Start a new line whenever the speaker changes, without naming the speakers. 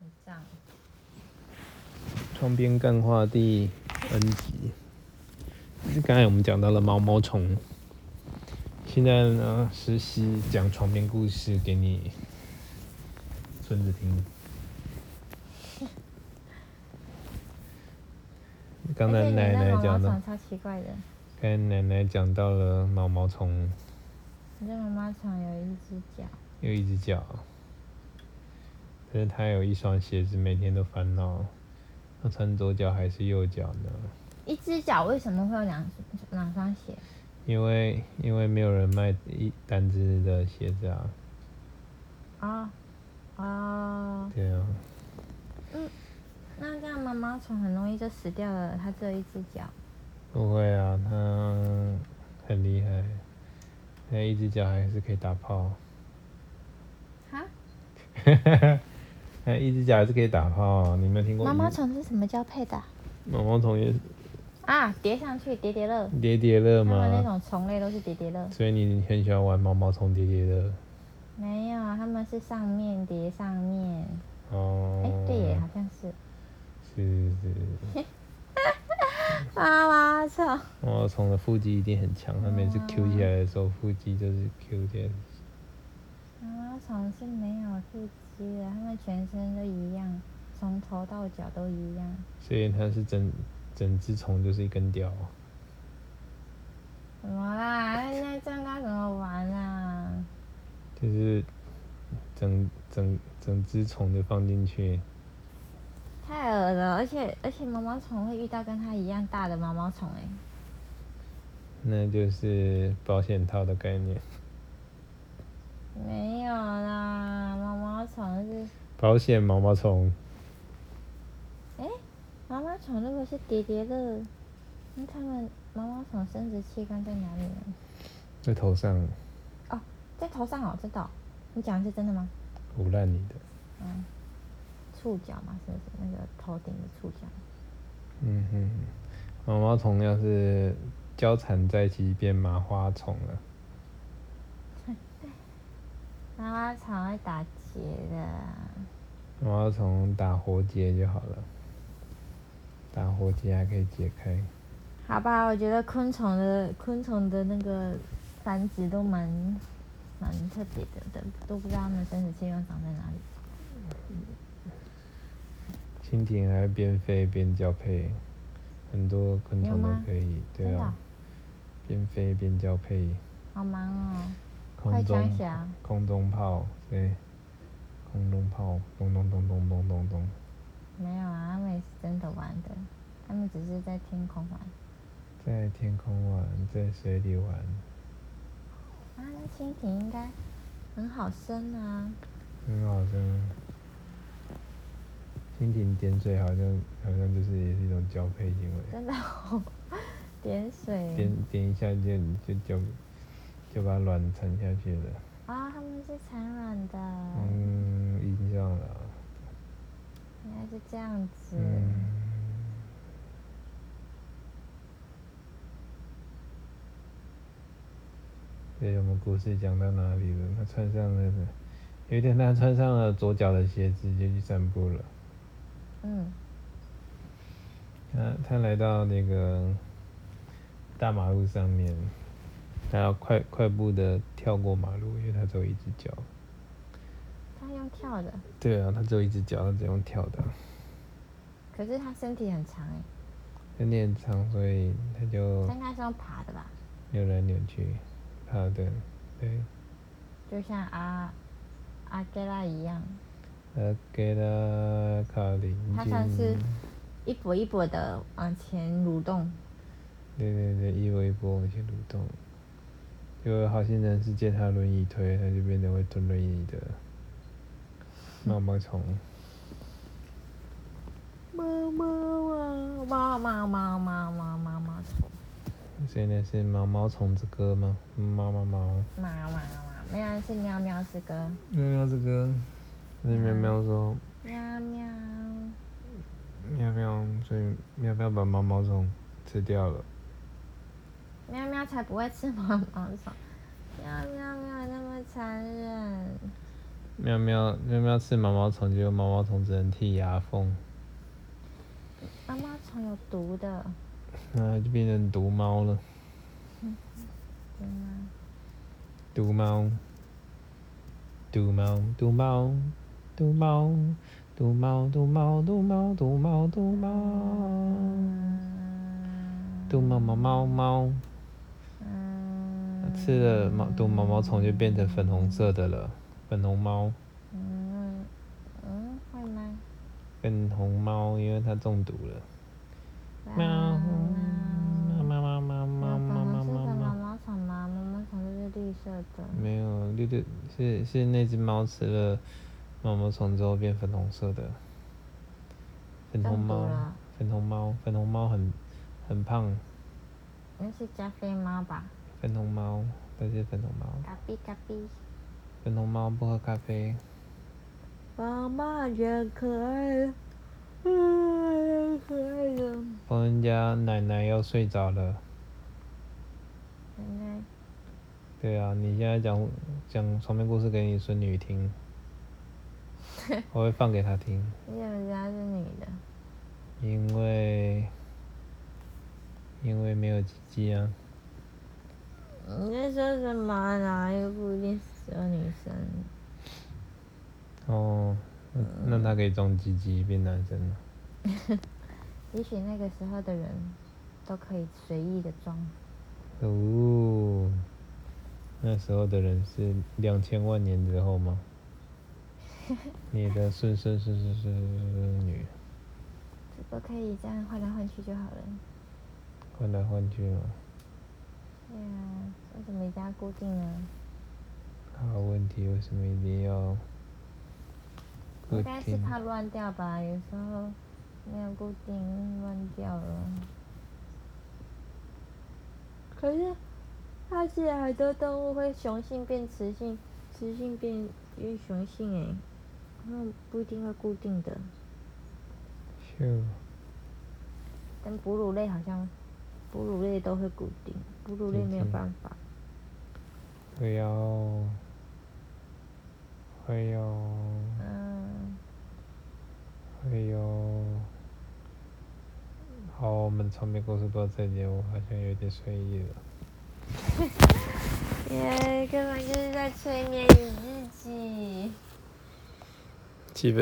很胀。
窗边干话第 N 集。就是刚才我们讲到了毛毛虫，现在呢，实习讲床边故事给你孙子听。刚才奶奶讲到，
毛毛虫
刚
超奇怪的。
才奶奶讲到了毛毛虫
我家毛毛虫有一只脚，
有一只脚，可是它有一双鞋子，每天都烦恼，要穿左脚还是右脚呢？
一只脚为什么会有两两双鞋？
因为因为没有人卖一单只的鞋子啊，
哦，哦，
对啊，
那这样毛毛虫很容易就死掉了，它只有一只脚。
不会啊，他很厉害，他一只脚还是可以打炮，
哈？
他一只脚还是可以打炮，啊你没有听过？
毛毛，虫是什么交配的啊？
毛毛虫也是
啊，叠上去叠叠乐。
叠叠乐
他们那
吗？
种虫类都是叠叠乐，
所以你很喜欢玩毛毛虫叠叠乐
没有，他们是上面叠上面。
哦
哎、？对耶，好像是
是是
毛
是，
毛虫。
毛毛虫的腹肌一定很强，它每
哦
次 Q 起来的时候，腹肌就是 Q 起来。
毛毛虫啊是没有腹肌的，它们全身都一样，从头到脚都一样。
所以它是整整只虫就是一根屌，
怎么啦？那那这样该怎么玩啊？
就是整整整只虫就放进去，
太恶了，而且而且毛毛虫会遇到跟它一样大的毛毛虫哎、
那就是保险套的概念。
没有啦，毛毛虫是
保险毛毛虫，
毛毛虫，如果是叠叠乐，那它们毛毛虫生殖器官在哪里呢？
在头上
在头上哦，知道、你讲的是真的吗？
腐烂你的，
触角嘛，是不是那个头顶的触角？
嗯哼，毛毛虫要是交缠在一起变麻花虫了，
妈妈常会打结的，
毛毛虫打活结就好了，打活结还可以解开。
好吧？我觉得昆虫的昆虫的那个繁殖都蛮蛮特别的，都都不知道它们生殖器官长在哪里。
蜻蜓还会边飞边交配，很多昆
有
虫都
吗
可以，对
真的哦，
啊边飞边交配，
好忙哦，快枪
空中
侠，
空中炮，对，空中炮，咚咚咚咚咚咚咚，
没有啊，他们也是真的玩的，他们只是在天空玩。
在天空玩，在水里玩，
啊，那蜻蜓应该很好生啊，
很好像蜻蜓点水好像好像就是也是一种交配行为，
真的哦， 点水
点点一下就就交就把卵产下去了，
啊，他们是产卵的，
嗯，影响了，
原来是这样子。
嗯。对，我们故事讲到哪里了？他穿上了，有一天他穿上了左脚的鞋子，就去散步了。
嗯
他他来到那个大马路上面，他要快快步的跳过马路，因为他只有一只脚。
它用跳的，
对啊，他只有一只脚，他只用跳的。
可是它身体很长哎、
他练长，所以他就
它应该是用爬的吧？
扭来扭去，啊对对，
就像阿阿盖拉一样，
呃，给他卡林
他算是一波一波的往前蠕动。
对对对，一波一波往前蠕动。有好心人是借他轮椅推，他就变成会推轮椅的毛毛虫。
猫猫啊，猫猫猫猫猫猫猫
所以呢是毛毛虫之歌吗？毛毛毛，
猫猫猫，没有是喵喵之歌，
喵喵之歌。那喵喵说
喵喵。
喵喵，所以喵喵把毛毛虫吃掉了。
喵喵才不会吃毛毛虫，喵喵喵那么残忍，
喵喵喵喵吃毛毛虫，结果毛毛虫只能剔牙缝，
妈妈常有毒的，
那就变成毒猫了。
真的吗
毒猫，毒猫，毒猫，毒猫，毒猫，毒猫，毒猫，毒猫，毒猫，
嗯
毒猫毛猫猫，
嗯
吃了毛毒毛毛虫就变成粉红色的了，粉红猫，
嗯嗯，会吗？
粉红猫，因为它中毒了。
哇
喵，喵喵喵喵喵喵喵
是
喵
的毛
喵。
毛虫吗？毛毛虫就是绿色的。
没有，绿绿是是那只猫吃了毛毛虫之后变粉红色的，粉红
中毒
猫。
了，啊
粉红猫，粉红猫很很胖，
那是加菲猫吧？
粉红猫，那是粉红猫，
嘎比嘎比。
粉红猫不喝咖啡，
妈妈也可爱，嗯，也可爱的。
帮人家奶奶要睡着了。
奶奶，
对啊，你现在讲讲床边故事给你孙女听，我会放给她听，
你怎么知道是女的？
因为因为没有鸡鸡啊，
你在说什么？哪又不一定是有女生？
哦，那那她可以装鸡鸡变男生了。
也许那个时候的人都可以随意的装。
哦，那时候的人是两千万年之后吗？你的孙孙孙孙孙女
只不过可以这样换来换去就好了。
换来换去吗？
对啊，为什么一定要固定呢？
好问题，为什么一定要固
应该是
定？
怕乱掉吧，有时候没有固定乱掉了。可是，发现很多动物会雄性变雌性，雌性变变雄性哎、它们不一定会固定的。
就
但哺乳类好像，哺乳类都会固定，哺乳类没有
嗯嗯
办法。
会要会要
嗯，
会要。好，我们的长篇故事到这里，我好像有点睡意了。
耶，根本就是在催眠你自己。
七分